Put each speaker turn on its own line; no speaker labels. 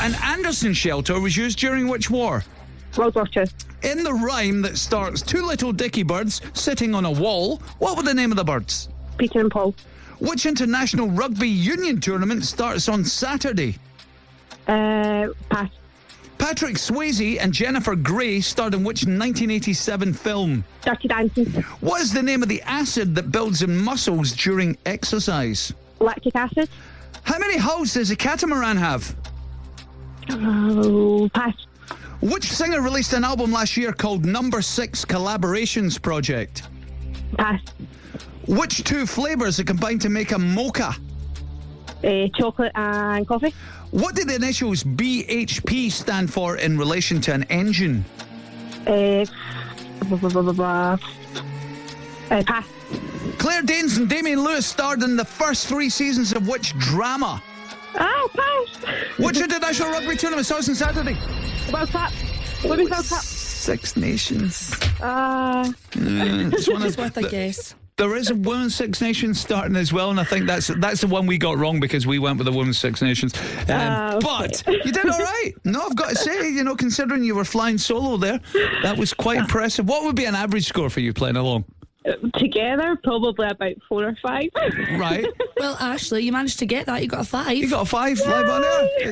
An Anderson shelter was used during which war?
World War Two.
In the rhyme that starts two little dicky birds sitting on a wall, what were the name of the birds?
Peter and Paul.
Which international rugby union tournament starts on Saturday?
Uh, pass.
Patrick Swayze and Jennifer Grey starred in which 1987 film?
Dirty Dancing.
What is the name of the acid that builds in muscles during exercise?
Lactic acid.
How many hulls does a catamaran have?
Oh, pass.
Which singer released an album last year called Number Six Collaborations Project?
Pass.
Which two flavours are combined to make a mocha?
Uh, chocolate and coffee.
What do the initials BHP stand for in relation to an engine?
Uh, blah, blah, blah, blah, blah. Uh, pass.
Claire Danes and Damien Lewis starred in the first three seasons of which drama?
Oh, pass.
Which international rugby tournament starts on Saturday?
World Cup. Women's World Cup.
Six Nations.
Uh,
Mm, it's one of-
It's worth a guess.
There is a Women's Six Nations starting as well, and I think that's that's the one we got wrong because we went with the Women's Six Nations. Um,
Ah, okay.
But you did all right. No, I've got to say, you know, considering you were flying solo there, that was quite impressive. What would be an average score for you playing along?
together, probably about four or five.
Right,
Well, Ashley, you managed to get that. You got a five.
you got a five, live on air.